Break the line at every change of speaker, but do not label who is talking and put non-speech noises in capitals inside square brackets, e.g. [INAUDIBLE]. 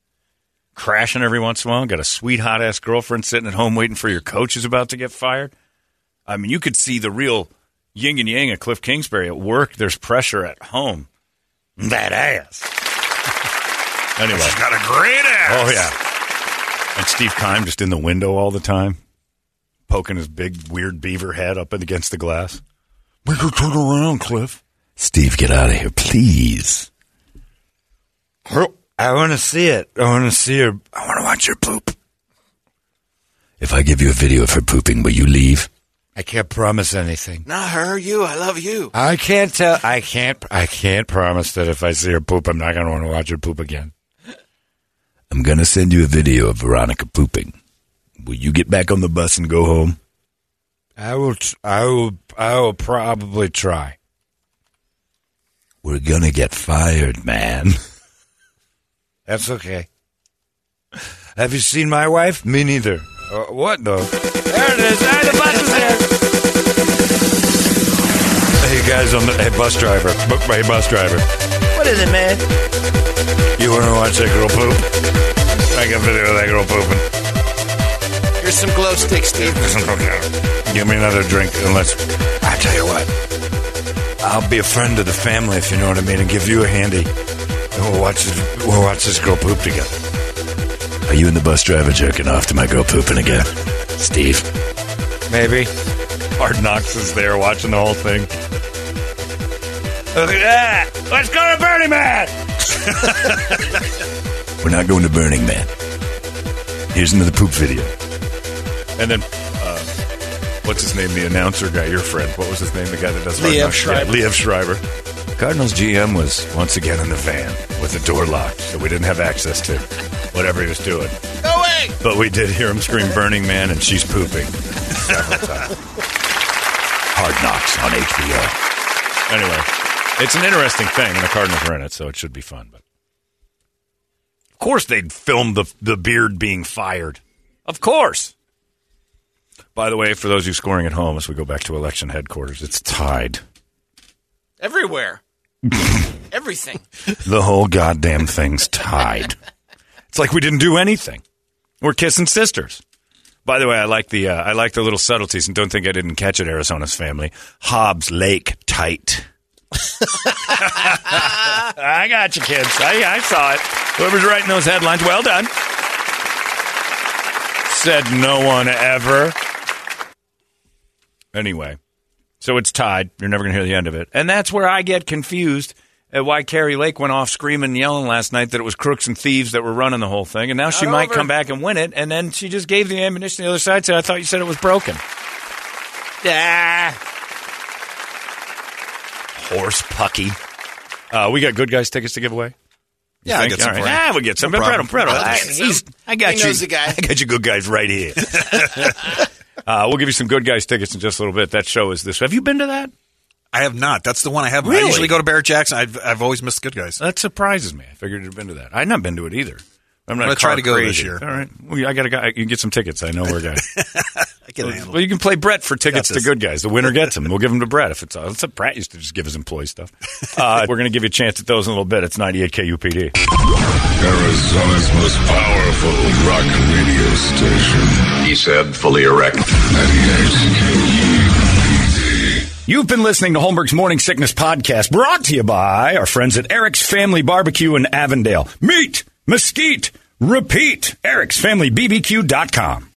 crashing every once in a while. Got a sweet hot ass girlfriend sitting at home waiting for your coach is about to get fired. I mean, you could see the real yin and yang of Cliff Kingsbury at work. There's pressure at home. That ass. [LAUGHS] anyway,
She's got a great ass.
oh yeah. And Steve Kime just in the window all the time, poking his big weird beaver head up against the glass. We could turn around, Cliff. Steve, get out of here, please. I want to see it. I want to see her. I want to watch her poop. If I give you a video of her pooping, will you leave? I can't promise anything.
Not her, you. I love you.
I can't tell. I can't. I can't promise that if I see her poop, I'm not going to want to watch her poop again. I'm going to send you a video of Veronica pooping. Will you get back on the bus and go home? I will. Tr- I will. I will probably try. We're gonna get fired, man. [LAUGHS] That's okay. Have you seen my wife? Me neither. Uh, what though? There it is. Ah, the bus is there. Hey guys, on the hey bus driver, B- hey bus driver,
What is it, man?
you want to watch that girl poop? I got video of that girl pooping.
Here's some glow sticks, Steve.
[LAUGHS] Give me another drink, unless I tell you what, I'll be a friend to the family if you know what I mean, and give you a handy. And we'll watch this, we'll watch this girl poop together. Are you and the bus driver jerking off to my girl pooping again, Steve? Maybe. Hard Knox is there watching the whole thing. Look at that! Let's go to Burning Man. [LAUGHS] We're not going to Burning Man. Here's another poop video. And then, uh, what's his name? The announcer guy, your friend. What was his name? The guy that does Hard
Liev
Knocks? Yeah,
Schreiber.
Liev Schreiber. Cardinals GM was once again in the van with the door locked, so we didn't have access to whatever he was doing.
Go away!
But we did hear him scream "Burning Man" and "She's pooping"
[LAUGHS]
several times. Hard Knocks on HBO. Anyway, it's an interesting thing, and the Cardinals are in it, so it should be fun. But of course, they'd film the the beard being fired. Of course. By the way, for those of you scoring at home, as we go back to election headquarters, it's tied. [LAUGHS]
Everywhere. Everything.
The whole goddamn thing's tied. It's like we didn't do anything. We're kissing sisters. By the way, I like the uh, I like the little subtleties, and don't think I didn't catch it. Arizona's family, Hobbs Lake tight. I got you, kids. I, I saw it. Whoever's writing those headlines, well done. Said no one ever. Anyway, so it's tied. You're never going to hear the end of it. And that's where I get confused at why Carrie Lake went off screaming and yelling last night that it was crooks and thieves that were running the whole thing. And now she
Not
might
over.
come back and win it. And then she just gave the ammunition to the other side. Said, I thought you said it was broken.
Ah.
Horse pucky. Uh, we got good guys tickets to give away.
Yeah, I
Think?
get some
All right.
for you.
Ah, we get some.
No
Brett,
problem.
Brett,
I'll
I,
get some.
he's- I got
He
you.
knows the guy.
[LAUGHS] I got you good guys right
[LAUGHS]
here. uh, we'll give you some good guys tickets in just a little bit. That show is this. Have you been to that?
I have not. That's the one I have.
Really?
I usually go to Barrett Jackson. I've, I've always missed Good Guys.
That surprises me. I figured you'd been to that. I've not been to it either. I'm not
I'm gonna try
car
to go this
crazy.
year.
All right. Well, I got a guy. You can get some tickets. I know where a guy.
[LAUGHS] I can handle
well, you can play Brett for tickets to
Got this.
good guys. The winner gets them. We'll give them to Brett if it's. Uh, that's what Brett used to just give his employee
[LAUGHS]
stuff. Uh, we're going to give you a chance at those in a little bit. It's 98 KUPD.
Arizona's most powerful rock radio station. He said, fully erect. 98 KUPD.
You've been listening to Holmberg's Morning Sickness Podcast, brought to you by our friends at Eric's Family Barbecue in Avondale. Meet, mesquite, repeat. Eric'sFamilyBBQ.com.